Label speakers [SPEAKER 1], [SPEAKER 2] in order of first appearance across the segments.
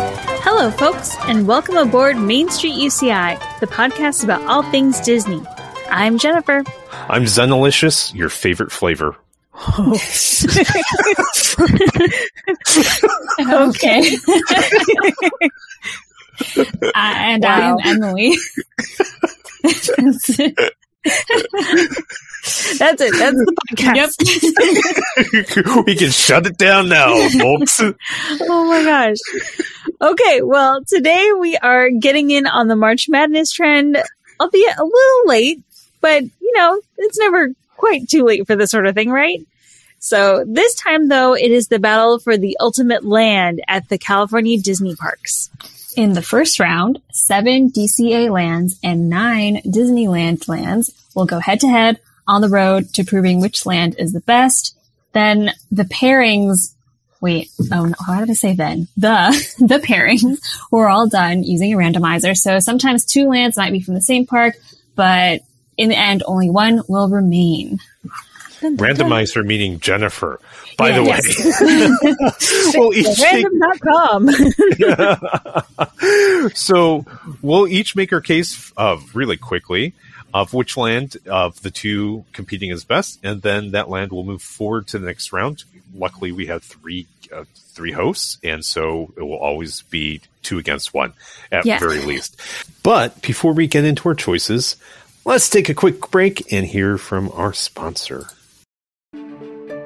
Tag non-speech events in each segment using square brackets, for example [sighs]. [SPEAKER 1] Hello, folks, and welcome aboard Main Street UCI, the podcast about all things Disney. I'm Jennifer.
[SPEAKER 2] I'm Zenalicious, your favorite flavor. [laughs]
[SPEAKER 3] Okay. [laughs] Uh, and
[SPEAKER 1] Wow.
[SPEAKER 3] I'm
[SPEAKER 1] [laughs]
[SPEAKER 3] Emily.
[SPEAKER 1] That's it. That's the podcast. [laughs]
[SPEAKER 3] yep.
[SPEAKER 2] we can shut it down now, folks.
[SPEAKER 1] Oh my gosh. Okay, well, today we are getting in on the March Madness trend, albeit a little late, but you know, it's never quite too late for this sort of thing, right? So this time though, it is the battle for the ultimate land at the California Disney parks.
[SPEAKER 3] In the first round, seven DCA lands and nine Disneyland lands will go head to head on the road to proving which land is the best. Then the pairings. Wait, oh no, how did I say then? The, [laughs] the pairings were all done using a randomizer. So sometimes two lands might be from the same park, but in the end, only one will remain.
[SPEAKER 2] Randomizer meaning Jennifer. By the way, [laughs]
[SPEAKER 3] Yes.
[SPEAKER 2] we'll each take,
[SPEAKER 3] [laughs]
[SPEAKER 1] Random.com.
[SPEAKER 2] [laughs] so we'll each make our case of really quickly of which land of the two competing is best, and then that land will move forward to the next round. Luckily, we have three uh, three hosts, and so it will always be two against one at
[SPEAKER 3] Yeah.
[SPEAKER 2] very least. But before we get into our choices, let's take a quick break and hear from our sponsor.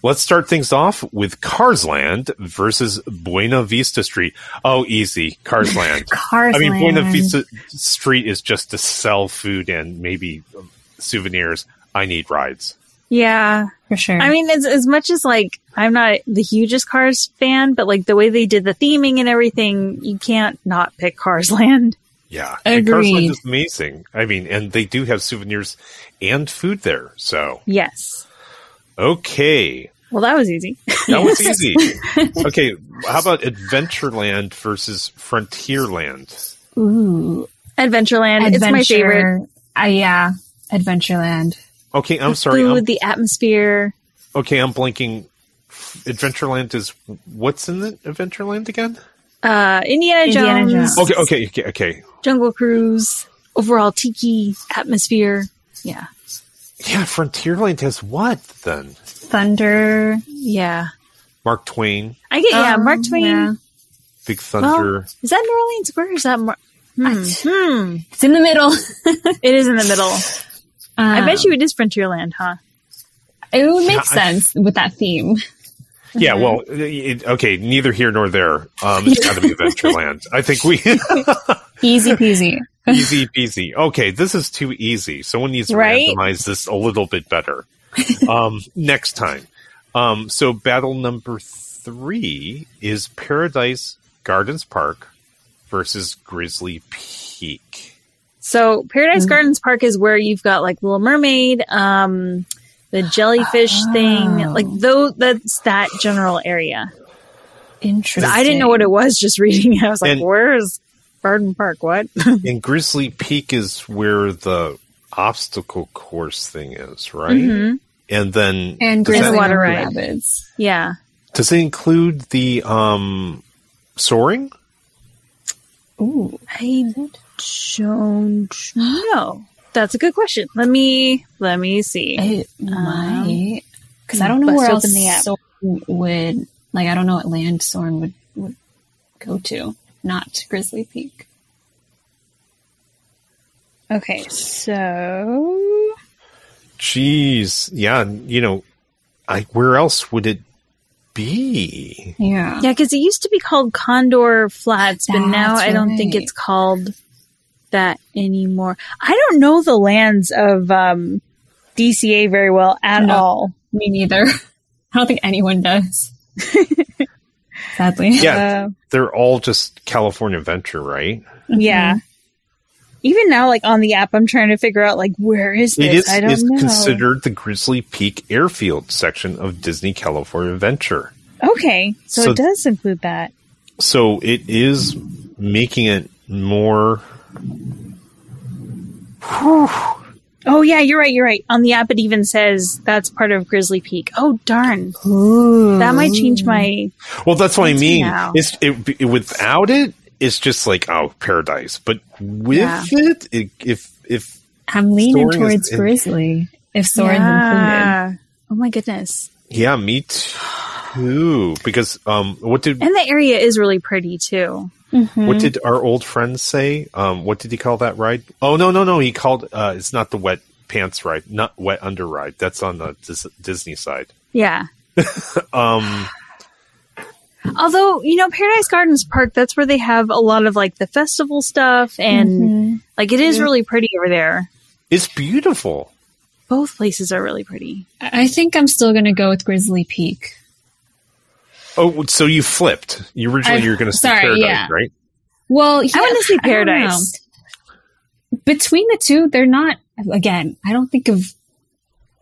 [SPEAKER 2] Let's start things off with Carsland versus Buena Vista Street. Oh, easy. Carsland.
[SPEAKER 3] Cars.
[SPEAKER 2] I mean, Buena
[SPEAKER 3] land.
[SPEAKER 2] Vista Street is just to sell food and maybe um, souvenirs. I need rides.
[SPEAKER 1] yeah.
[SPEAKER 3] For sure.
[SPEAKER 1] I mean, as, as much as like I'm not the hugest Cars fan, but like the way they did the theming and everything, you can't not pick Cars [laughs] Land.
[SPEAKER 2] Yeah. And
[SPEAKER 3] Agreed.
[SPEAKER 2] Carsland is amazing. I mean, and they do have souvenirs and food there. So,
[SPEAKER 1] Yes.
[SPEAKER 2] okay.
[SPEAKER 1] Well, that was easy.
[SPEAKER 2] That was easy. okay. How about Adventureland versus Frontierland?
[SPEAKER 3] Ooh.
[SPEAKER 1] Adventureland. It's my favorite.
[SPEAKER 3] Uh, yeah, Adventureland.
[SPEAKER 2] Okay. I'm
[SPEAKER 1] The
[SPEAKER 2] sorry.
[SPEAKER 1] Food,
[SPEAKER 2] I'm,
[SPEAKER 1] the atmosphere.
[SPEAKER 2] okay. I'm blinking. Adventureland is what's in the Adventureland again?
[SPEAKER 1] Uh, Indiana,
[SPEAKER 3] Indiana
[SPEAKER 1] Jones,
[SPEAKER 3] Jones.
[SPEAKER 2] Okay. Okay. Okay. Okay.
[SPEAKER 1] Jungle Cruise, overall tiki atmosphere. Yeah,
[SPEAKER 2] Yeah. Frontierland has what then?
[SPEAKER 3] Thunder.
[SPEAKER 1] yeah.
[SPEAKER 2] Mark Twain,
[SPEAKER 1] I get yeah.
[SPEAKER 3] Um,
[SPEAKER 1] Mark Twain.
[SPEAKER 3] yeah.
[SPEAKER 2] Big Thunder.
[SPEAKER 1] Is that New Orleans Square? Or is that Mar- hmm. Hmm.
[SPEAKER 3] It's in the middle.
[SPEAKER 1] [laughs]
[SPEAKER 3] Uh,
[SPEAKER 1] It is in the middle. I
[SPEAKER 3] Oh.
[SPEAKER 1] bet you it is Frontierland, huh?
[SPEAKER 3] it would make
[SPEAKER 2] Yeah, I-
[SPEAKER 3] sense with that theme.
[SPEAKER 2] Yeah, well, it, okay, neither here nor there. Um, it's got to
[SPEAKER 3] [laughs]
[SPEAKER 2] be Adventureland. I think we [laughs]
[SPEAKER 3] Easy peasy.
[SPEAKER 2] easy peasy. Okay, this is too easy. Someone needs to
[SPEAKER 1] Right?
[SPEAKER 2] randomize this a little bit better
[SPEAKER 3] [laughs]
[SPEAKER 2] um, next time. Um, so, battle number three is Paradise Gardens Park versus Grizzly Peak.
[SPEAKER 1] So Paradise
[SPEAKER 3] Mhm.
[SPEAKER 1] Gardens Park is where you've got like Little Mermaid, um, the jellyfish thing,
[SPEAKER 3] Oh.
[SPEAKER 1] like though that's that general area.
[SPEAKER 3] Interesting.
[SPEAKER 1] I didn't know what it was just [laughs] reading it. I was like,
[SPEAKER 2] And-
[SPEAKER 1] where's Garden Park? What?
[SPEAKER 3] Mm-hmm.
[SPEAKER 2] And Grizzly Peak is where the obstacle course thing is, right?
[SPEAKER 1] Mhm.
[SPEAKER 2] And then
[SPEAKER 3] Mm-hmm. And
[SPEAKER 2] does that-
[SPEAKER 3] Grizzly
[SPEAKER 1] Water
[SPEAKER 3] Water
[SPEAKER 1] Ride.
[SPEAKER 3] Rabbits.
[SPEAKER 1] Yeah.
[SPEAKER 2] Does it include the um soaring?
[SPEAKER 3] Ooh.
[SPEAKER 1] I don't know. That's a good question. Let me let me see.
[SPEAKER 3] It
[SPEAKER 1] Um,
[SPEAKER 3] might. Because I don't know
[SPEAKER 1] bust
[SPEAKER 3] where else
[SPEAKER 1] open the app.
[SPEAKER 3] Soren would, like, I don't know what land Soren would, would go to. Not Grizzly Peak.
[SPEAKER 1] Okay, so
[SPEAKER 2] Jeez, yeah, you know, I where else would it be?
[SPEAKER 3] Yeah.
[SPEAKER 1] yeah, because it used to be called Condor Flats, but now
[SPEAKER 3] That's
[SPEAKER 1] I don't think
[SPEAKER 3] right.
[SPEAKER 1] it's called that anymore. I don't know the lands of um, DCA very well at
[SPEAKER 3] No.
[SPEAKER 1] all.
[SPEAKER 3] [laughs] Me neither. I don't think anyone does.
[SPEAKER 1] Uh,
[SPEAKER 3] sadly.
[SPEAKER 2] Yeah. They're all just California Venture, right?
[SPEAKER 1] Yeah.
[SPEAKER 3] Mm-hmm.
[SPEAKER 1] Even now, like on the app, I'm trying to figure out like where is this?
[SPEAKER 2] It is
[SPEAKER 1] I don't
[SPEAKER 2] it's
[SPEAKER 1] know.
[SPEAKER 2] considered the Grizzly Peak Airfield section of Disney California Venture.
[SPEAKER 1] okay, so,
[SPEAKER 2] So-
[SPEAKER 1] it does include that.
[SPEAKER 2] So it is making it more
[SPEAKER 1] Oh yeah, you're right. You're right. On the app, it even says that's part of Grizzly Peak. Oh darn,
[SPEAKER 3] Ooh.
[SPEAKER 1] that might change my.
[SPEAKER 2] Well, that's what I
[SPEAKER 1] It's
[SPEAKER 2] mean.
[SPEAKER 1] now.
[SPEAKER 2] It's it, it- without it, it's just like oh paradise. But with
[SPEAKER 1] Yeah.
[SPEAKER 2] it, it, if if
[SPEAKER 3] I'm
[SPEAKER 2] Soaring
[SPEAKER 3] leaning
[SPEAKER 2] is
[SPEAKER 3] towards
[SPEAKER 2] in-
[SPEAKER 3] Grizzly if Soren's included.
[SPEAKER 1] yeah. Oh my goodness,
[SPEAKER 2] yeah, me too. Because um, what did
[SPEAKER 1] and the area is really pretty too. Mm-hmm.
[SPEAKER 3] Mm-hmm.
[SPEAKER 2] what did our old friend say? Um, what did he call that ride? Oh no no no, he called uh, it's not the wet pants ride, not wet under ride. That's on the Dis- Disney side.
[SPEAKER 1] Yeah.
[SPEAKER 2] Um,
[SPEAKER 3] [sighs]
[SPEAKER 1] Although you know, Paradise Gardens Park, that's where they have a lot of like the festival stuff, and
[SPEAKER 3] Mm-hmm.
[SPEAKER 1] like it is really pretty over there.
[SPEAKER 2] it's beautiful.
[SPEAKER 1] Both places are really pretty.
[SPEAKER 3] I I think I'm still going to go with Grizzly Peak.
[SPEAKER 2] Oh, so you flipped. You originally
[SPEAKER 3] I-
[SPEAKER 2] you were going to say
[SPEAKER 3] sorry,
[SPEAKER 2] paradise,
[SPEAKER 3] yeah.
[SPEAKER 2] right?
[SPEAKER 3] Well, yeah,
[SPEAKER 1] I want to see
[SPEAKER 3] I don't know.
[SPEAKER 1] Paradise.
[SPEAKER 3] Between the two, they're not. Again, I don't think of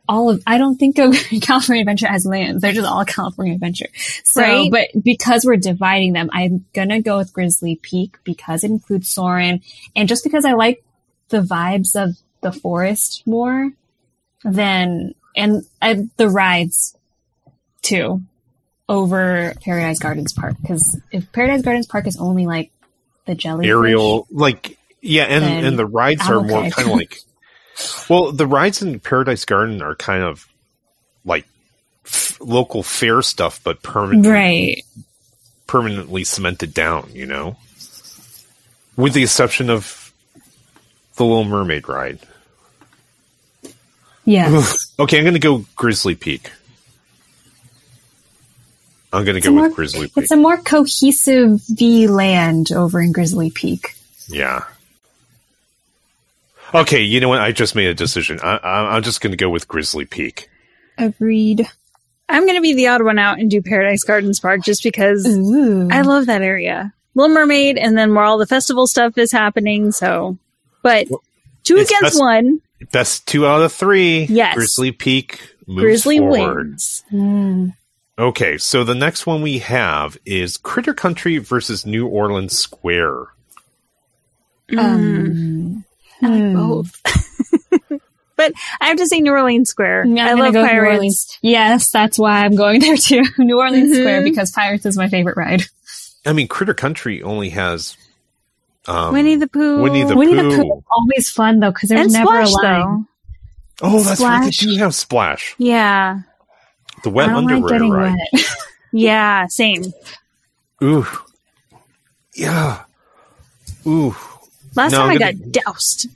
[SPEAKER 3] all of. I don't think of [laughs] California Adventure as lands. They're just all California Adventure. So,
[SPEAKER 1] Right.
[SPEAKER 3] but because we're dividing them, I'm gonna go with Grizzly Peak because it includes Soren, and just because I like the vibes of the forest more than and I, the rides too over Paradise Gardens Park because if Paradise Gardens Park is only like the jelly
[SPEAKER 2] aerial like yeah and
[SPEAKER 3] Then-
[SPEAKER 2] and the rides are
[SPEAKER 3] Oh,
[SPEAKER 2] more
[SPEAKER 3] okay.
[SPEAKER 2] kind of like well the rides in paradise garden are kind of like f- local fair stuff but permanent,
[SPEAKER 3] right
[SPEAKER 2] permanently cemented down you know with the exception of the little mermaid ride
[SPEAKER 3] yeah
[SPEAKER 2] [laughs] okay i'm gonna go grizzly peak i'm gonna
[SPEAKER 3] It's
[SPEAKER 2] go
[SPEAKER 3] a
[SPEAKER 2] with
[SPEAKER 3] more-
[SPEAKER 2] grizzly peak
[SPEAKER 3] it's a more cohesive V land over in Grizzly Peak
[SPEAKER 2] Yeah. Okay, you know what? I just made a decision. I, I, I'm just going to go with Grizzly Peak.
[SPEAKER 3] agreed
[SPEAKER 1] I'm going to be the odd one out and do Paradise Gardens Park just because
[SPEAKER 3] Mm. ooh
[SPEAKER 1] I love that area. Little Mermaid, and then where all the festival stuff is happening. So, but two
[SPEAKER 2] It's
[SPEAKER 1] against
[SPEAKER 2] best-
[SPEAKER 1] one,
[SPEAKER 2] Best two out of three.
[SPEAKER 1] Yes.
[SPEAKER 2] Grizzly Peak moves
[SPEAKER 1] Grizzly
[SPEAKER 2] forward.
[SPEAKER 1] wins.
[SPEAKER 3] Mm.
[SPEAKER 2] Okay, so the next one we have is Critter Country versus New Orleans Square.
[SPEAKER 1] Um,
[SPEAKER 3] um,
[SPEAKER 1] I like
[SPEAKER 3] hmm.
[SPEAKER 1] both. [laughs] but I have to say New Orleans Square.
[SPEAKER 3] I'm
[SPEAKER 1] I
[SPEAKER 3] gonna
[SPEAKER 1] love
[SPEAKER 3] go with New
[SPEAKER 1] pirates.
[SPEAKER 3] Orleans. Yes, that's why I'm going [laughs] there too. New Orleans
[SPEAKER 1] Mhm.
[SPEAKER 3] Square because Pirates is my favorite ride.
[SPEAKER 2] I mean, Critter Country only has um,
[SPEAKER 1] Winnie the Pooh.
[SPEAKER 2] Winnie the
[SPEAKER 3] Winnie
[SPEAKER 2] Pooh.
[SPEAKER 3] the Pooh is always fun though because
[SPEAKER 1] and
[SPEAKER 3] there's never
[SPEAKER 1] Splash,
[SPEAKER 3] a line.
[SPEAKER 1] though.
[SPEAKER 2] oh, that's right.
[SPEAKER 3] Splash.
[SPEAKER 2] They do have Splash,
[SPEAKER 1] Yeah.
[SPEAKER 2] the wet
[SPEAKER 3] I don't like
[SPEAKER 2] underwear
[SPEAKER 3] getting
[SPEAKER 2] ride.
[SPEAKER 3] wet.
[SPEAKER 1] Yeah. Same.
[SPEAKER 2] Ooh, yeah, ooh.
[SPEAKER 1] Last
[SPEAKER 2] No,
[SPEAKER 1] time
[SPEAKER 2] I'm
[SPEAKER 1] I
[SPEAKER 2] gonna-
[SPEAKER 1] got doused.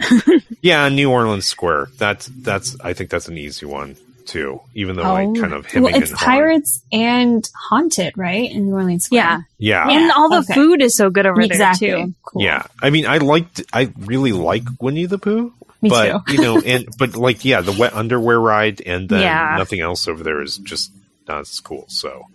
[SPEAKER 2] Yeah, New Orleans Square. That's that's. I think that's an easy one too. Even though I
[SPEAKER 1] Oh.
[SPEAKER 2] kind of hemming
[SPEAKER 3] well, it's
[SPEAKER 2] and hawing.
[SPEAKER 3] Pirates and Haunted, right? In New Orleans Square.
[SPEAKER 1] yeah.
[SPEAKER 2] Yeah, yeah.
[SPEAKER 3] Yeah,
[SPEAKER 1] And all the
[SPEAKER 3] okay.
[SPEAKER 1] food is so good over
[SPEAKER 3] exactly.
[SPEAKER 1] there, too.
[SPEAKER 3] Cool.
[SPEAKER 2] I mean, I liked. I really like Winnie the Pooh.
[SPEAKER 3] Me
[SPEAKER 2] but you know, and but like, yeah, the wet underwear ride, and then
[SPEAKER 1] Yeah.
[SPEAKER 2] nothing else over there is just not as cool. So,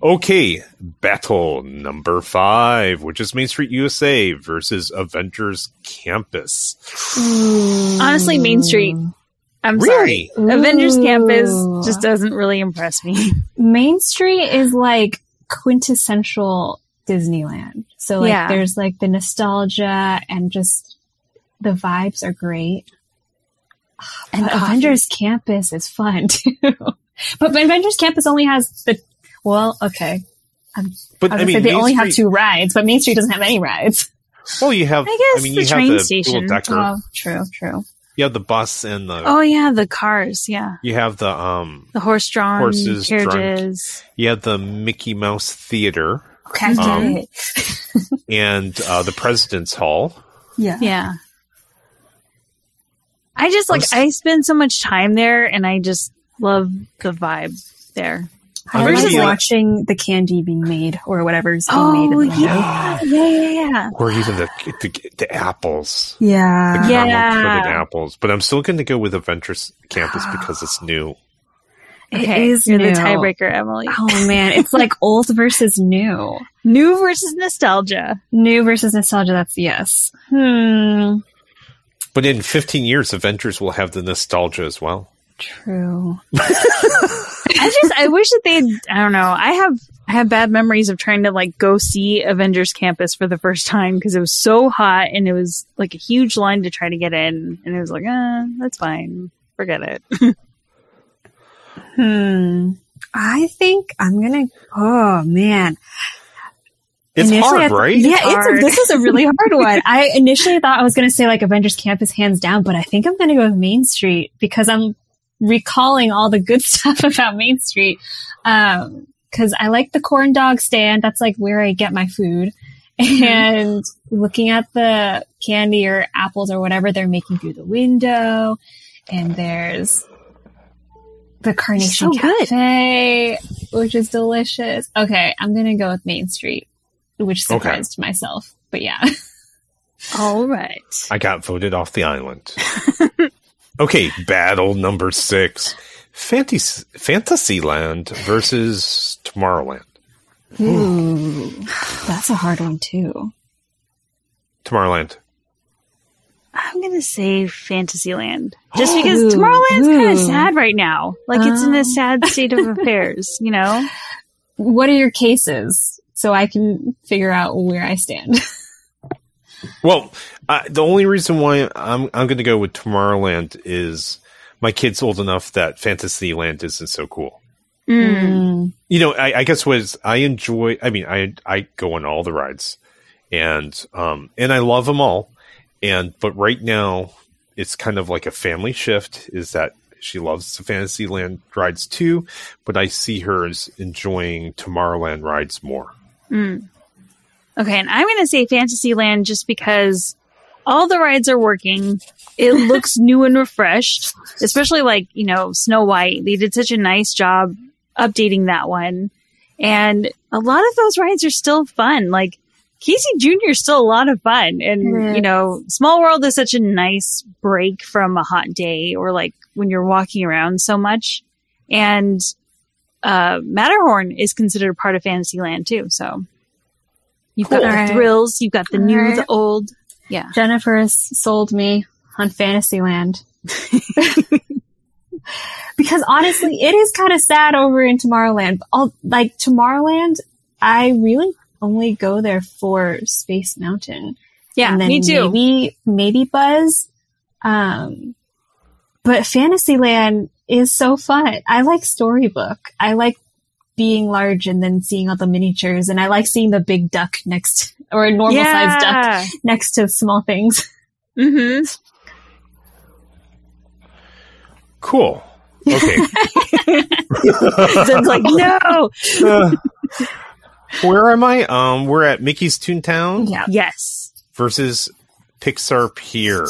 [SPEAKER 2] okay, battle number five, which is Main Street USA versus Avengers Campus.
[SPEAKER 3] too.
[SPEAKER 1] Honestly, Main Street. I'm sorry.
[SPEAKER 2] really?
[SPEAKER 1] Avengers
[SPEAKER 3] Ooh.
[SPEAKER 1] Campus just doesn't really impress
[SPEAKER 3] [laughs]
[SPEAKER 1] me.
[SPEAKER 3] Main Street is like quintessential Disneyland. So like
[SPEAKER 1] Yeah.
[SPEAKER 3] there's like the nostalgia and just the vibes are great. And
[SPEAKER 1] Ah, coffee.
[SPEAKER 3] Avengers Campus is fun [laughs] too. but Avengers Campus only has the well, okay.
[SPEAKER 2] But
[SPEAKER 3] I was
[SPEAKER 2] I,
[SPEAKER 3] gonna
[SPEAKER 2] mean,
[SPEAKER 3] say they
[SPEAKER 2] Main
[SPEAKER 3] only have
[SPEAKER 2] Street,
[SPEAKER 3] two rides, but Main Street doesn't have any rides.
[SPEAKER 2] Well, you have.
[SPEAKER 1] I guess
[SPEAKER 2] mean,
[SPEAKER 1] the
[SPEAKER 2] you
[SPEAKER 1] train
[SPEAKER 2] have the
[SPEAKER 1] station.
[SPEAKER 2] dual decker.
[SPEAKER 3] Oh, true, true.
[SPEAKER 2] You have the bus and the.
[SPEAKER 1] Oh yeah, the cars. Yeah,
[SPEAKER 2] You have the um
[SPEAKER 1] the horse-drawn
[SPEAKER 2] Horses, drunk.
[SPEAKER 1] carriages.
[SPEAKER 2] you had the Mickey Mouse Theater
[SPEAKER 3] Okay, I get
[SPEAKER 2] Um,
[SPEAKER 3] it.
[SPEAKER 2] and uh, the President's Hall.
[SPEAKER 3] Yeah.
[SPEAKER 1] Yeah. [laughs] I just like
[SPEAKER 2] I'm s-
[SPEAKER 1] I spend so much time there, and I just love the vibe there.
[SPEAKER 3] I
[SPEAKER 1] Versus,
[SPEAKER 3] was
[SPEAKER 1] like-
[SPEAKER 3] watching the candy being made or whatever's being made.
[SPEAKER 1] Oh
[SPEAKER 3] in the window.
[SPEAKER 1] yeah, yeah, yeah, yeah.
[SPEAKER 2] Or even the the, the apples, the
[SPEAKER 3] Yeah.
[SPEAKER 1] Yeah.
[SPEAKER 2] caramel coated apples. But I'm still going to go with Adventures Campus because it's new.
[SPEAKER 1] Okay,
[SPEAKER 3] it is
[SPEAKER 1] you're
[SPEAKER 3] new.
[SPEAKER 1] the tiebreaker, Emily.
[SPEAKER 3] Oh man, it's like [laughs] old versus new.
[SPEAKER 1] New versus nostalgia.
[SPEAKER 3] New versus nostalgia. That's yes. Hmm.
[SPEAKER 2] But in 15 years, Avengers will have the nostalgia as well.
[SPEAKER 3] True.
[SPEAKER 1] I just I wish that they had I don't know. I have I have bad memories of trying to like go see Avengers Campus for the first time because it was so hot and it was like a huge line to try to get in and it was like, uh, that's fine. Forget it.
[SPEAKER 3] Hmm. I think I'm gonna. Oh man.
[SPEAKER 2] It's
[SPEAKER 3] Initially, I
[SPEAKER 2] hard,
[SPEAKER 3] th-
[SPEAKER 2] right?
[SPEAKER 3] Yeah,
[SPEAKER 1] It's
[SPEAKER 3] it's a,
[SPEAKER 1] hard.
[SPEAKER 3] this is a really hard
[SPEAKER 1] [laughs]
[SPEAKER 3] one. I initially thought I was going to say like Avengers Campus hands down, but I think I'm going to go with Main Street because I'm recalling all the good [laughs] stuff about Main Street. Um, cause I like the corn dog stand. That's like where I get my food
[SPEAKER 1] Mm-hmm.
[SPEAKER 3] and looking at the candy or apples or whatever they're making through the window. And there's the Carnation
[SPEAKER 1] So good.
[SPEAKER 3] Cafe, which is delicious. Okay. I'm going to go with Main Street which
[SPEAKER 2] Okay.
[SPEAKER 3] surprised myself. But yeah,
[SPEAKER 1] All right.
[SPEAKER 2] I got voted off the island. okay, battle number six Fantas- Fantasyland versus Tomorrowland.
[SPEAKER 3] [laughs] Ooh. that's a hard one too.
[SPEAKER 2] Tomorrowland.
[SPEAKER 1] I'm gonna say Fantasyland,
[SPEAKER 3] [gasps]
[SPEAKER 1] just because
[SPEAKER 3] Ooh,
[SPEAKER 1] Tomorrowland's kind
[SPEAKER 3] ooh.
[SPEAKER 1] of sad right now. Like it's in
[SPEAKER 3] Oh.
[SPEAKER 1] a sad state of
[SPEAKER 3] [laughs]
[SPEAKER 1] affairs, you know.
[SPEAKER 3] What are your cases so I can figure out where I stand?
[SPEAKER 2] Well, uh, the only reason why I'm, I'm going to go with Tomorrowland is my kid's old enough that Fantasyland isn't so cool.
[SPEAKER 3] Hmm. [laughs]
[SPEAKER 2] you know, I, I guess was I enjoy. I mean, I I go on all the rides, and um and I love them all, and but right now it's kind of like a family shift. Is that she loves the Fantasyland rides too, but I see her as enjoying Tomorrowland rides more.
[SPEAKER 1] Mm. Okay, and I'm gonna say Fantasyland just because all the rides are working. It looks new and refreshed, especially like you know Snow White. They did such a nice job updating that one, and a lot of those rides are still fun. Like Casey Junior is still a lot of fun, and
[SPEAKER 3] Mhm.
[SPEAKER 1] you know Small World is such a nice break from a hot day or like when you're walking around so much, and uh, Matterhorn is considered part of Fantasyland too. So you've got
[SPEAKER 3] Cool.
[SPEAKER 1] the
[SPEAKER 3] All right.
[SPEAKER 1] thrills, you've got the new,
[SPEAKER 3] All right.
[SPEAKER 1] the old.
[SPEAKER 3] Jennifer has sold me on Fantasyland. [laughs] because honestly, it is kind of sad over in Tomorrowland. But All, like Tomorrowland, I really only go there for Space Mountain.
[SPEAKER 1] Yeah,
[SPEAKER 3] and then
[SPEAKER 1] me too.
[SPEAKER 3] Maybe maybe Buzz. Um, but Fantasyland is so fun. I like Storybook. I like being large and then seeing all the miniatures, and I like seeing the big duck next or a normal sized duck next to small things.
[SPEAKER 1] hmm [laughs]
[SPEAKER 2] Cool. Okay.
[SPEAKER 1] Zed's like, no.
[SPEAKER 2] Uh, where am I? Um, we're at Mickey's Toontown
[SPEAKER 3] [laughs] Yeah.
[SPEAKER 1] [laughs] Yes.
[SPEAKER 2] versus Pixar Pier.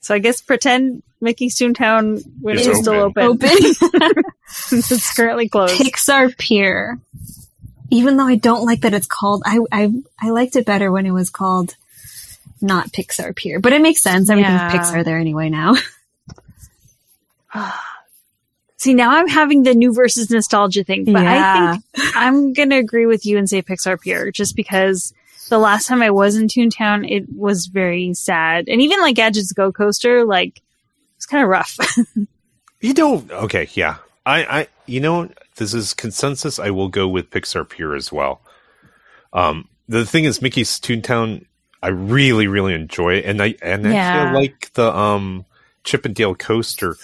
[SPEAKER 1] So I guess pretend Mickey's Toontown when
[SPEAKER 2] Is
[SPEAKER 1] it's still
[SPEAKER 2] open.
[SPEAKER 1] open. [laughs]
[SPEAKER 3] Open
[SPEAKER 1] Since [laughs] it's currently closed.
[SPEAKER 3] Pixar Pier. Even though I don't like that it's called, I, I I liked it better when it was called not Pixar Pier. But it makes sense. Everything's
[SPEAKER 1] Yeah.
[SPEAKER 3] Pixar there anyway now.
[SPEAKER 1] [laughs]
[SPEAKER 3] [laughs]
[SPEAKER 1] See, now I'm having the new versus nostalgia thing, but I
[SPEAKER 3] Yeah.
[SPEAKER 1] think I'm going to agree with you and say Pixar Pier just because the last time I was in Toontown, it was very sad. And even like Gadget's Go Coaster, like, it's kind of rough. [laughs]
[SPEAKER 2] You don't. Okay, yeah. I, I, you know, this is consensus. I will go with Pixar Pure as well. Um, the thing is, Mickey's Toontown. I really, really enjoy it, and I and actually I
[SPEAKER 1] Yeah.
[SPEAKER 2] like the um Chippendale coaster,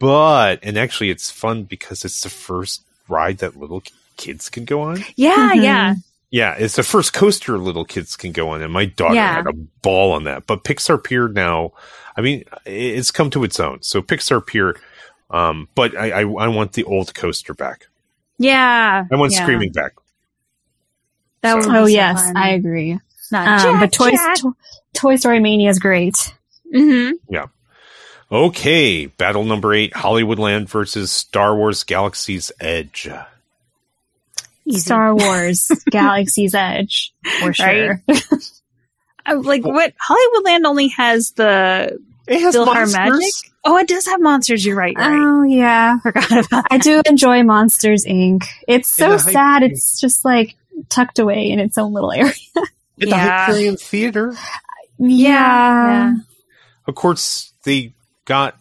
[SPEAKER 2] but and actually it's fun because it's the first ride that little kids can go on.
[SPEAKER 1] yeah,
[SPEAKER 3] Mhm.
[SPEAKER 1] yeah.
[SPEAKER 2] Yeah, it's the first coaster little kids can go on, and my daughter
[SPEAKER 1] Yeah.
[SPEAKER 2] had a ball on that. But Pixar Pier now, I mean, i- it's come to its own. So Pixar Pier, um, but I, I, I want the old coaster back.
[SPEAKER 1] Yeah.
[SPEAKER 2] I want
[SPEAKER 1] yeah.
[SPEAKER 2] Screaming back.
[SPEAKER 1] That would be
[SPEAKER 3] Oh
[SPEAKER 1] so
[SPEAKER 3] yes,
[SPEAKER 1] fun.
[SPEAKER 3] I agree.
[SPEAKER 1] Not
[SPEAKER 3] Um, but Toy,
[SPEAKER 1] Jack.
[SPEAKER 3] Toy- Toy Story Mania is great.
[SPEAKER 1] Mhm.
[SPEAKER 2] Okay, battle number eight: Hollywoodland versus Star Wars: Galaxy's Edge.
[SPEAKER 1] Easy. [laughs]
[SPEAKER 3] Star Wars, Galaxy's Edge, for
[SPEAKER 1] Right? Uh,
[SPEAKER 3] sure.
[SPEAKER 1] I- like what Hollywoodland only has the
[SPEAKER 2] It has
[SPEAKER 1] Still her
[SPEAKER 2] monsters.
[SPEAKER 1] magic? Oh, it does have monsters. You're right. You're right.
[SPEAKER 3] Oh yeah.
[SPEAKER 1] [laughs] Forgot
[SPEAKER 2] [laughs]
[SPEAKER 1] about
[SPEAKER 3] I do enjoy Monsters Inc. It's
[SPEAKER 2] In
[SPEAKER 3] so
[SPEAKER 2] the hype-
[SPEAKER 3] sad. It's just like tucked away in its own little area.
[SPEAKER 2] At
[SPEAKER 1] Yeah.
[SPEAKER 2] the Hyperion Theater.
[SPEAKER 1] Yeah.
[SPEAKER 2] Of course, they got.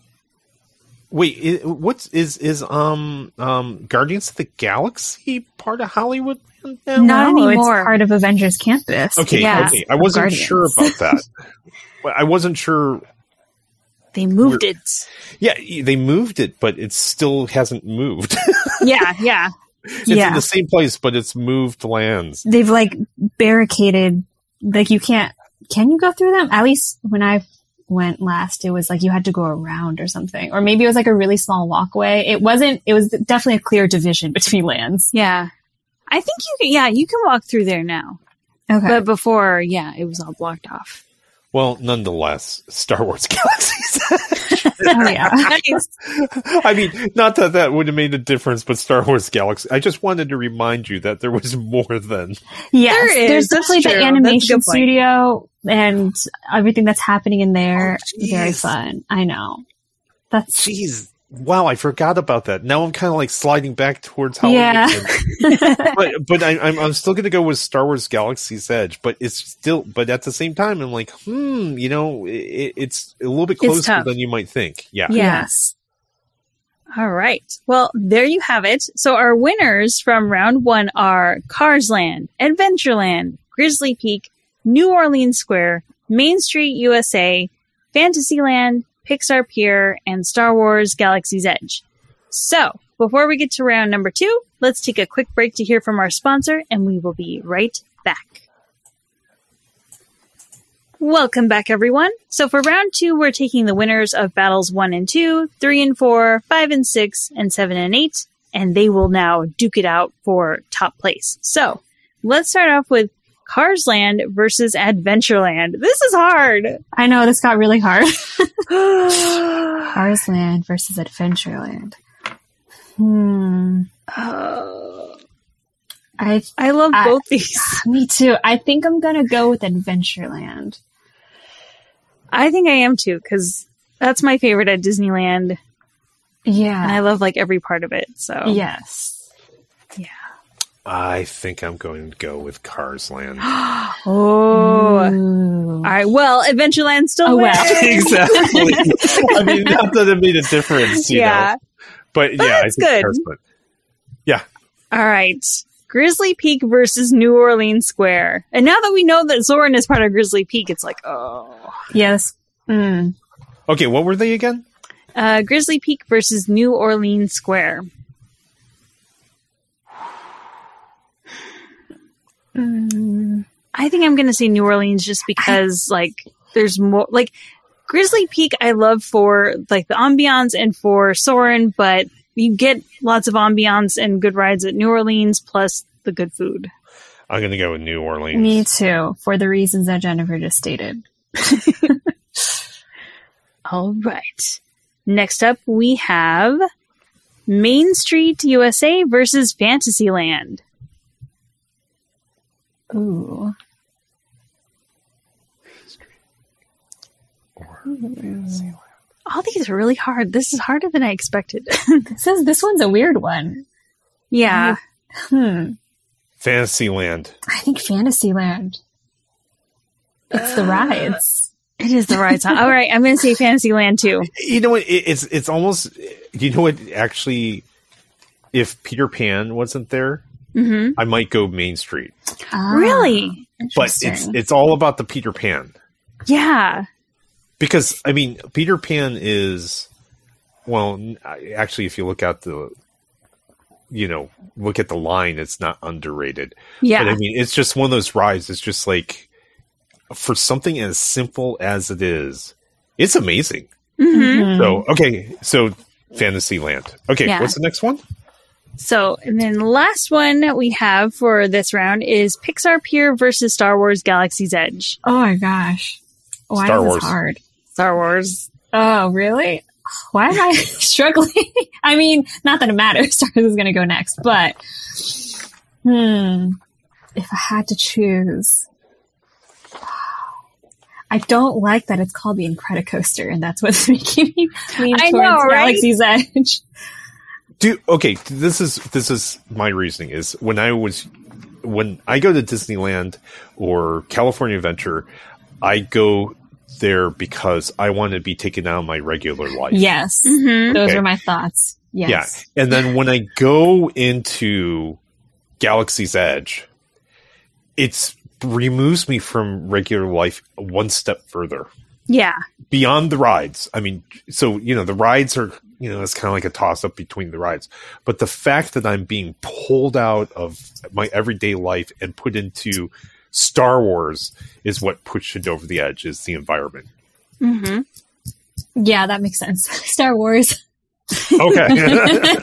[SPEAKER 2] Wait, i what's is is um um Guardians of the Galaxy part of Hollywood now?
[SPEAKER 1] No,
[SPEAKER 3] Not
[SPEAKER 1] it's
[SPEAKER 3] anymore.
[SPEAKER 1] part
[SPEAKER 3] part of Avengers Campus.
[SPEAKER 2] Okay,
[SPEAKER 1] Yeah.
[SPEAKER 2] okay. I wasn't
[SPEAKER 3] Guardians.
[SPEAKER 2] sure
[SPEAKER 3] [laughs]
[SPEAKER 2] about that. Well, I wasn't sure.
[SPEAKER 1] They moved it.
[SPEAKER 2] Yeah, e, they moved it, but it still hasn't moved. [laughs]
[SPEAKER 1] Yeah,
[SPEAKER 3] [laughs]
[SPEAKER 1] yeah.
[SPEAKER 2] it's in
[SPEAKER 3] Yeah.
[SPEAKER 2] the same place, but it's moved lands.
[SPEAKER 3] They've like barricaded like you can't can you go through them? At least when I went last it was like you had to go around or something. Or maybe it was like a really small walkway. It wasn't it was definitely a clear division [laughs] between lands.
[SPEAKER 1] Yeah. I think you can, yeah, you can walk through there now.
[SPEAKER 3] Okay.
[SPEAKER 1] But before, yeah, it was all blocked off.
[SPEAKER 2] Well, nonetheless, Star Wars [laughs] Galaxies.
[SPEAKER 3] oh yeah.
[SPEAKER 1] [laughs] Nice.
[SPEAKER 2] I mean, not that that would have made a difference, but Star Wars Galaxy. I just wanted to remind you that there was more than
[SPEAKER 3] Yes,
[SPEAKER 1] There is.
[SPEAKER 3] there's
[SPEAKER 1] That's
[SPEAKER 3] definitely
[SPEAKER 1] true.
[SPEAKER 3] the
[SPEAKER 1] That's a
[SPEAKER 3] animation
[SPEAKER 1] good point.
[SPEAKER 3] studio and everything that's happening in there.
[SPEAKER 2] Oh,
[SPEAKER 3] Very
[SPEAKER 2] jeez.
[SPEAKER 3] fun. I know. That's
[SPEAKER 2] Jeez. Wow, I forgot about that. Now I'm kind of like sliding back towards Halloween.
[SPEAKER 3] Yeah.
[SPEAKER 2] again. [laughs] but but I, I'm I'm still going to go with Star Wars Galaxy's Edge. But it's still. But at the same time, I'm like, hmm. You know, it, it's a little bit
[SPEAKER 1] It's
[SPEAKER 2] closer
[SPEAKER 1] tough.
[SPEAKER 2] than you might think. Yeah.
[SPEAKER 3] yes.
[SPEAKER 1] All right. Well, there you have it. So our winners from round one are Cars Land, Adventureland, Grizzly Peak, New Orleans Square, Main Street USA, Fantasyland, Pixar Pier, and Star Wars Galaxy's Edge. So before we get to round number two, let's take a quick break to hear from our sponsor and we will be right back. Welcome back, everyone. So for round two, we're taking the winners of battles one and two, three and four, five and six, and seven and eight, and they will now duke it out for top place. So let's start off with Cars Land versus Adventureland. This is hard. [gasps]
[SPEAKER 3] I know this got really hard. Cars Land versus Adventureland. Hmm.
[SPEAKER 1] Oh,
[SPEAKER 3] I
[SPEAKER 1] I love
[SPEAKER 3] I-
[SPEAKER 1] both these.
[SPEAKER 3] me too. I think I'm gonna go with Adventureland.
[SPEAKER 1] I think I am too, because that's my favorite at Disneyland, and I
[SPEAKER 3] Yeah.
[SPEAKER 1] love like every part of it. So [gasps]
[SPEAKER 3] yes.
[SPEAKER 2] I think I'm going to go with
[SPEAKER 1] [gasps]
[SPEAKER 2] Cars Land. [laughs]
[SPEAKER 1] oh.
[SPEAKER 3] Ooh.
[SPEAKER 1] All right. Well, Adventureland still
[SPEAKER 3] Mm. Oh,
[SPEAKER 1] wins.
[SPEAKER 3] wow.
[SPEAKER 2] [laughs] exactly. I mean, not that it made a difference. You
[SPEAKER 1] yeah.
[SPEAKER 2] Know, but yeah,
[SPEAKER 1] But
[SPEAKER 2] I
[SPEAKER 1] it's
[SPEAKER 2] think
[SPEAKER 1] good.
[SPEAKER 2] Cars Land.
[SPEAKER 1] All right. Grizzly Peak versus New Orleans Square. And now that we know that Zoran is part of Grizzly Peak, it's like, oh.
[SPEAKER 3] Yes. Mm.
[SPEAKER 2] Okay, what were they again?
[SPEAKER 1] Uh, Grizzly Peak versus New Orleans Square.
[SPEAKER 3] Mm.
[SPEAKER 1] I think I'm going to say New Orleans just because, like, there's more. Like, Grizzly Peak, I love for, like, the ambiance and for Soren, but you get lots of ambiance and good rides at New Orleans, plus the good food.
[SPEAKER 2] I'm going to go with New Orleans.
[SPEAKER 3] Me too, for the reasons that Jennifer just stated. [laughs]
[SPEAKER 1] All right. Next up, we have Main Street USA versus Fantasyland.
[SPEAKER 3] Ooh.
[SPEAKER 1] All these are really hard. This is harder than I expected.
[SPEAKER 3] This is this one's a weird one.
[SPEAKER 1] [laughs] yeah.
[SPEAKER 3] Hmm.
[SPEAKER 2] Fantasyland.
[SPEAKER 3] I think Fantasyland. It's
[SPEAKER 1] Uh,
[SPEAKER 3] the rides.
[SPEAKER 1] It is the right time. All right. I'm going to say Fantasyland too.
[SPEAKER 2] You know what? It, it's it's almost. You know what? Actually, if Peter Pan wasn't there,
[SPEAKER 1] hmm
[SPEAKER 2] I might go Main Street.
[SPEAKER 3] Ah,
[SPEAKER 1] Really?
[SPEAKER 2] But it's
[SPEAKER 3] interesting.
[SPEAKER 2] it's all about the Peter Pan
[SPEAKER 1] Yeah.
[SPEAKER 2] because I mean Peter Pan is well n- I- actually if you look at the you know look at the line it's not underrated but
[SPEAKER 1] Yeah.
[SPEAKER 2] I mean it's just one of those rides it's just like for something as simple as it is it's amazing
[SPEAKER 1] hmm
[SPEAKER 3] Mhm.
[SPEAKER 2] so okay so Fantasyland okay
[SPEAKER 1] Yeah.
[SPEAKER 2] what's the next one
[SPEAKER 1] So, and then last one we have for this round is Pixar Pier versus Star Wars Galaxy's Edge.
[SPEAKER 3] Oh my gosh. Why
[SPEAKER 2] Star
[SPEAKER 3] is this
[SPEAKER 2] Wars.
[SPEAKER 3] hard?
[SPEAKER 1] Star Wars.
[SPEAKER 3] Oh, really? Why am I [laughs] struggling? I mean, not that it matters. [laughs] Star Wars is going to go next, but hmm, if I had to choose, I don't like that it's called the Incredicoaster, and that's what's [laughs] making me lean
[SPEAKER 1] I
[SPEAKER 3] towards
[SPEAKER 1] know, right?
[SPEAKER 3] Galaxy's Edge.
[SPEAKER 2] do okay this is this is my reasoning is when i was when i go to disneyland or california adventure i go there because i want to be taken out of my regular life
[SPEAKER 3] Yes,
[SPEAKER 1] Mm-hmm.
[SPEAKER 3] those
[SPEAKER 2] Okay.
[SPEAKER 3] are my thoughts. Yes,
[SPEAKER 2] yeah and then when i go into galaxy's edge it's removes me from regular life one step further
[SPEAKER 1] Yeah.
[SPEAKER 2] beyond the rides. I mean, so you know, the rides are you know, it's kind of like a toss up between the rides. But the fact that I'm being pulled out of my everyday life and put into Star Wars is what pushed it over the edge. Is the environment
[SPEAKER 1] Mm-hmm.
[SPEAKER 3] yeah, that makes sense. [laughs] Star Wars.
[SPEAKER 2] okay?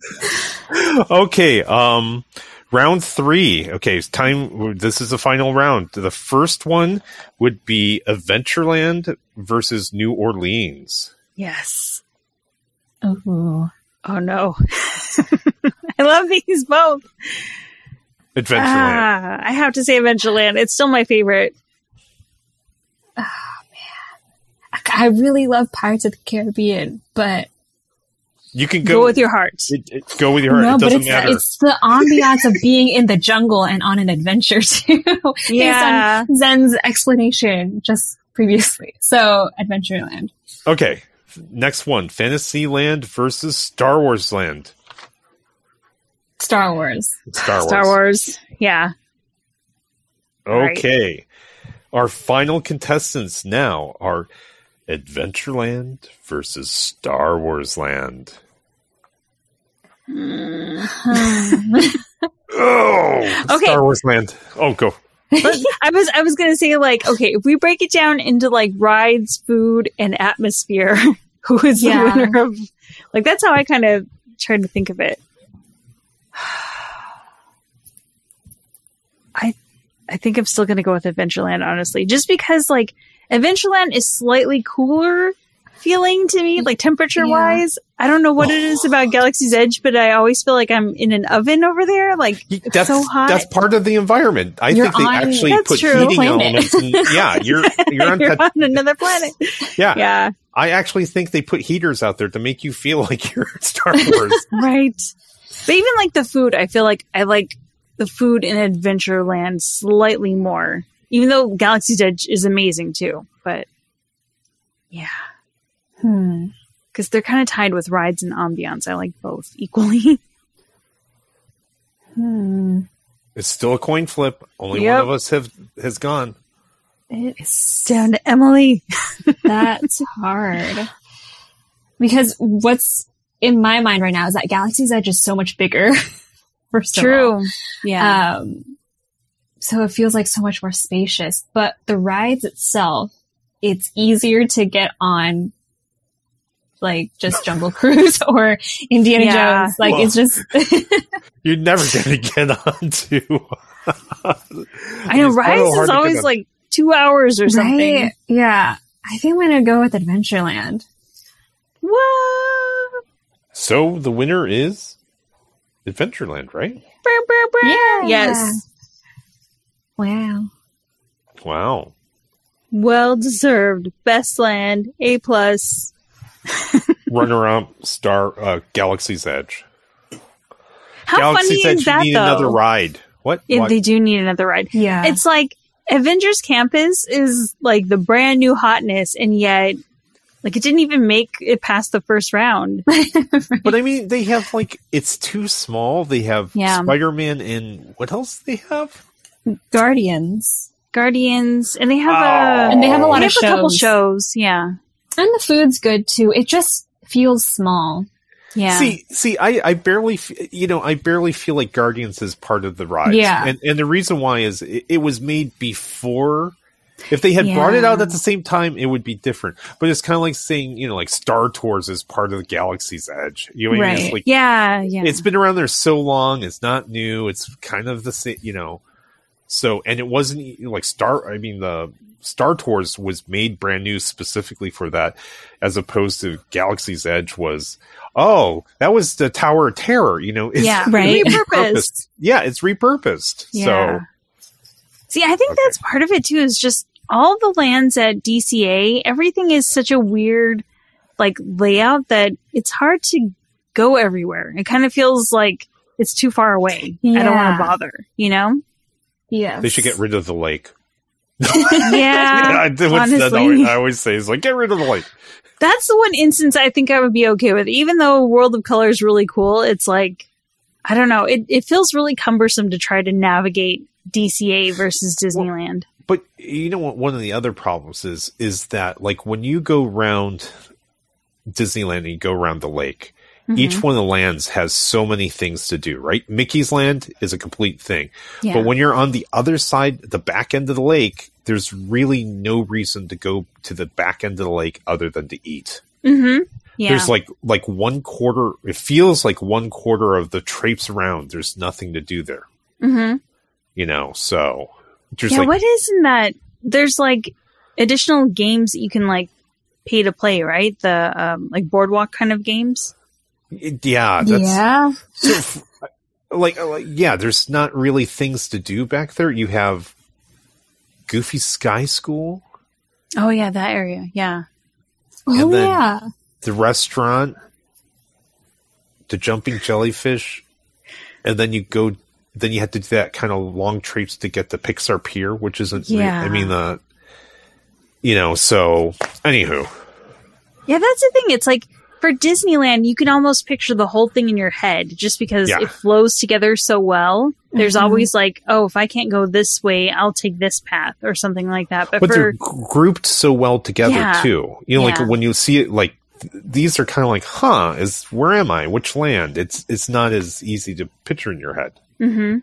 [SPEAKER 2] [laughs] okay. Um, round three. Okay, it's time. This is the final round. The first one would be Adventureland versus New Orleans.
[SPEAKER 1] Yes.
[SPEAKER 3] Ooh.
[SPEAKER 1] Oh no. [laughs] I love these both.
[SPEAKER 2] Adventureland.
[SPEAKER 1] Ah, I have to say Adventureland. It's still my favorite.
[SPEAKER 3] I- I really love Pirates of the Caribbean, but
[SPEAKER 2] You can
[SPEAKER 1] Go,
[SPEAKER 2] go,
[SPEAKER 1] with your heart.
[SPEAKER 2] It, it, go with your heart.
[SPEAKER 3] no,
[SPEAKER 2] it
[SPEAKER 3] but
[SPEAKER 2] doesn't
[SPEAKER 3] it's
[SPEAKER 2] matter.
[SPEAKER 3] it's the ambiance of being in the jungle and on an adventure [laughs] too.
[SPEAKER 1] Yeah.
[SPEAKER 3] Based on Zen's explanation just previously. So Adventureland.
[SPEAKER 2] okay. Next one Fantasyland versus Star Wars Land.
[SPEAKER 3] Star Wars.
[SPEAKER 2] Star Wars.
[SPEAKER 1] Star Wars. Yeah. right.
[SPEAKER 2] Okay. Our final contestants now are Adventureland versus Star Wars Land. [laughs] Oh,
[SPEAKER 1] Mm-hmm. [laughs] Okay.
[SPEAKER 2] Star Wars Land. Oh, go.
[SPEAKER 1] I was I was gonna say like okay if we break it down into like rides, food, and atmosphere, [laughs] who is
[SPEAKER 3] Yeah.
[SPEAKER 1] the winner of like that's how I kind of tried to think of it. [sighs] I I think I'm still gonna go with Adventureland honestly, just because like Adventureland is slightly cooler feeling to me, like temperature wise. I don't know what it is [sighs] about Galaxy's Edge, but I always feel like I'm in an oven over there. Like it's
[SPEAKER 2] That's
[SPEAKER 1] so hot.
[SPEAKER 2] that's part of the environment. I
[SPEAKER 3] You're
[SPEAKER 2] think they
[SPEAKER 3] on-
[SPEAKER 2] actually
[SPEAKER 1] That's
[SPEAKER 2] put
[SPEAKER 1] true.
[SPEAKER 2] heating
[SPEAKER 3] Planet.
[SPEAKER 2] elements. In, yeah, you're you're
[SPEAKER 1] [laughs]
[SPEAKER 2] on.
[SPEAKER 1] You're
[SPEAKER 2] pet-
[SPEAKER 1] on another planet.
[SPEAKER 2] [laughs] yeah.
[SPEAKER 1] Yeah.
[SPEAKER 2] I actually think they put heaters out there to make you feel [laughs] like you're in Star Wars.
[SPEAKER 1] Right. But even like the food, I feel like I like the food in Adventureland slightly more. Even though Galaxy's Edge is amazing too, but yeah,
[SPEAKER 3] Hmm.
[SPEAKER 1] because they're kind of tied with rides and ambiance. I like both [laughs] equally.
[SPEAKER 3] Hmm.
[SPEAKER 2] It's still a coin flip. Only
[SPEAKER 1] Yep.
[SPEAKER 2] one of us have has gone.
[SPEAKER 3] It is
[SPEAKER 1] Down to Emily.
[SPEAKER 3] That's hard. Because what's in my mind right now is that Galaxy's Edge is so much bigger. [laughs] First of
[SPEAKER 1] [laughs]
[SPEAKER 3] all.
[SPEAKER 1] True. Yeah.
[SPEAKER 3] Um, so it feels like so much more spacious, but the rides itself, it's easier to get on like just Jungle [laughs] Cruise or Indiana
[SPEAKER 1] Yeah.
[SPEAKER 3] Jones. Like it's just,
[SPEAKER 2] You're never [laughs] gonna get on to.
[SPEAKER 1] [laughs] I know. Rides is always like two hours [laughs] or something.
[SPEAKER 3] right? Yeah. I think I'm going to go with Adventureland.
[SPEAKER 1] Whoa.
[SPEAKER 2] So the winner is Adventureland, right?
[SPEAKER 1] Brr, brr, brr.
[SPEAKER 3] Yeah.
[SPEAKER 1] Yes.
[SPEAKER 3] Wow.
[SPEAKER 2] Wow.
[SPEAKER 1] Well deserved. Best land. A plus.
[SPEAKER 2] Runner up Star uh, Galaxy's Edge.
[SPEAKER 1] How
[SPEAKER 2] Galaxy's
[SPEAKER 1] funny
[SPEAKER 2] Edge,
[SPEAKER 1] is that
[SPEAKER 2] you need
[SPEAKER 1] though?
[SPEAKER 2] another ride. What?
[SPEAKER 1] Yeah,
[SPEAKER 2] What?
[SPEAKER 1] they do need another ride.
[SPEAKER 3] Yeah.
[SPEAKER 1] It's like Avengers Campus is like the brand new hotness, and yet, like, it didn't even make it past the first round.
[SPEAKER 2] but I mean, they have like it's too small. They have
[SPEAKER 1] Yeah.
[SPEAKER 2] Spider-Man and what else they have?
[SPEAKER 3] Guardians.
[SPEAKER 1] [laughs] Guardians, and they have
[SPEAKER 2] Oh.
[SPEAKER 1] a
[SPEAKER 3] And they have a lot
[SPEAKER 1] they
[SPEAKER 3] of
[SPEAKER 1] have a couple
[SPEAKER 3] shows.
[SPEAKER 1] shows. Yeah,
[SPEAKER 3] And the food's good too. It just feels small.
[SPEAKER 1] yeah.
[SPEAKER 2] See, see, I, I barely, f- you know, I barely feel like Guardians is part of the ride.
[SPEAKER 3] Yeah.
[SPEAKER 2] and and the reason why is it, it was made before. If they had brought it out at the same time, it would be different. But it's kind of like saying, you know, like Star Tours is part of the Galaxy's Edge. You know, what I mean? it's
[SPEAKER 3] Right.
[SPEAKER 2] like
[SPEAKER 1] yeah, yeah.
[SPEAKER 2] it's been around there so long. It's not new. It's kind of the same, you know. So, and it wasn't e- like Star. I mean, the Star Tours was made brand new specifically for that, as opposed to Galaxy's Edge was. Oh, that was the Tower of Terror. You know, it's
[SPEAKER 1] Yeah,
[SPEAKER 3] Right.
[SPEAKER 1] repurposed.
[SPEAKER 2] Yeah, it's repurposed.
[SPEAKER 1] Yeah. See, I think
[SPEAKER 2] Okay.
[SPEAKER 1] that's part of it too. Is just all the lands at DCA, everything is such a weird like layout that it's hard to go everywhere. It kind of feels like it's too far away. I don't want
[SPEAKER 3] Yeah.
[SPEAKER 1] to bother, you
[SPEAKER 2] [laughs]
[SPEAKER 1] know?
[SPEAKER 3] Yes.
[SPEAKER 2] They should get rid of the lake.
[SPEAKER 1] Yeah.
[SPEAKER 2] [laughs] I, do- what's that
[SPEAKER 1] honestly.
[SPEAKER 2] always, I always say is like, get rid of the lake.
[SPEAKER 1] That's the one instance I think I would be okay with. Even though World of Color is really cool, it's like I don't know. It it feels really cumbersome to try to navigate DCA versus Disneyland.
[SPEAKER 2] But you know what? One of the other problems is is that like when you go around Disneyland and you go around the lake,
[SPEAKER 1] Mm-hmm.
[SPEAKER 2] each one of the lands has so many things to do. Right? Mickey's Land is a complete thing,
[SPEAKER 3] Yeah.
[SPEAKER 2] but when you're on the other side, the back end of the lake, there's really no reason to go to the back end of the lake other than to eat.
[SPEAKER 1] Mm-hmm. Yeah.
[SPEAKER 2] There's like like one quarter. It feels like one quarter of the traipse around. There's nothing to do there.
[SPEAKER 1] mm-hmm.
[SPEAKER 2] You know, so there's
[SPEAKER 1] Yeah.
[SPEAKER 2] like
[SPEAKER 1] what is in that? There's like additional games that you can like pay to play, right? The um, like boardwalk kind of games.
[SPEAKER 2] yeah, Uh, that's
[SPEAKER 3] yeah.
[SPEAKER 2] so f- uh, like, like yeah there's not really things to do back there you have goofy sky school
[SPEAKER 1] Oh yeah, that area. Yeah.
[SPEAKER 3] Oh
[SPEAKER 2] and then-
[SPEAKER 3] yeah.
[SPEAKER 2] the restaurant the jumping jellyfish and then you go then you have to do that kind of long traipse to get to pixar pier which isn't re-
[SPEAKER 1] Yeah.
[SPEAKER 2] i mean uh you know so anywho
[SPEAKER 1] Yeah, that's the thing. It's like for Disneyland, you can almost picture the whole thing in your head just because
[SPEAKER 2] Yeah.
[SPEAKER 1] it flows together so well. There's
[SPEAKER 3] Mhm.
[SPEAKER 1] always like, oh, if I can't go this way, I'll take this path or something like that. But,
[SPEAKER 2] but they're
[SPEAKER 1] for
[SPEAKER 2] g- grouped so well together
[SPEAKER 1] Yeah.
[SPEAKER 2] too you know
[SPEAKER 1] Yeah.
[SPEAKER 2] like when you see it like th- these are kind of like huh is where am i which land it's it's not as easy to picture in your head
[SPEAKER 1] hmm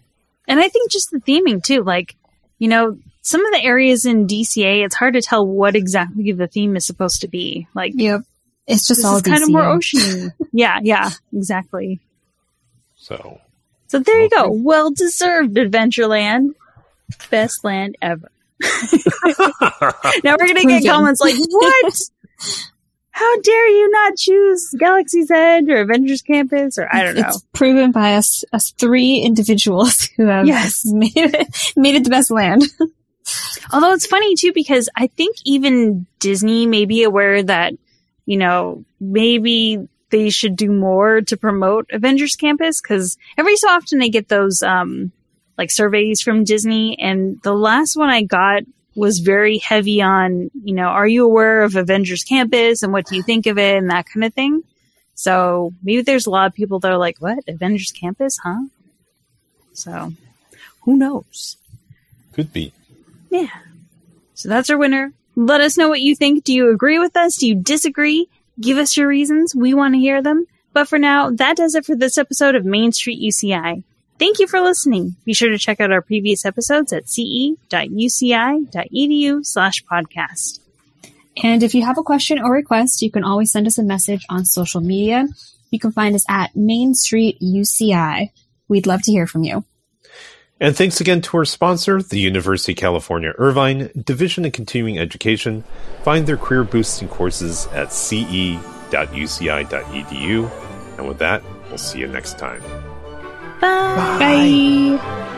[SPEAKER 1] and I think just the theming too, like you know, some of the areas in DCA, it's hard to tell what exactly the theme is supposed to be. Like
[SPEAKER 3] Yep. It's just
[SPEAKER 1] this
[SPEAKER 3] all
[SPEAKER 1] is kind of
[SPEAKER 3] DCA.
[SPEAKER 1] more ocean.
[SPEAKER 3] [laughs]
[SPEAKER 1] yeah, yeah, exactly.
[SPEAKER 2] so [laughs]
[SPEAKER 1] So there you go. Well deserved Adventureland. Best land ever. now we're going to get
[SPEAKER 3] Proven.
[SPEAKER 1] comments
[SPEAKER 3] [laughs]
[SPEAKER 1] like, what? How dare you not choose Galaxy's Edge or Avengers Campus or I don't know.
[SPEAKER 3] It's proven by us, us three individuals [laughs] who have
[SPEAKER 1] Yes.
[SPEAKER 3] made it, made it the best land.
[SPEAKER 1] Although it's funny too, because I think even Disney may be aware that, you know, maybe they should do more to promote Avengers Campus because every so often they get those, um, like surveys from Disney. And the last one I got was very heavy on, you know, are you aware of Avengers Campus and what do you think of it and that kind of thing. So maybe there's a lot of people that are like, what? Avengers Campus, huh? So who knows?
[SPEAKER 2] could be
[SPEAKER 1] Yeah. So that's our winner. Let us know what you think. Do you agree with us? Do you disagree? Give us your reasons. We want to hear them. But for now, that does it for this episode of Main Street UCI. Thank you for listening. Be sure to check out our previous episodes at ce.uci.edu e slash podcast.
[SPEAKER 3] And if you have a question or request, you can always send us a message on social media. You can find us at Main Street UCI. We'd love to hear from you.
[SPEAKER 2] and thanks again to our sponsor the university of california irvine division of continuing education find their career boosting courses at e ce.uci.edu and with that we'll see you next time
[SPEAKER 1] Bye.
[SPEAKER 3] Bye.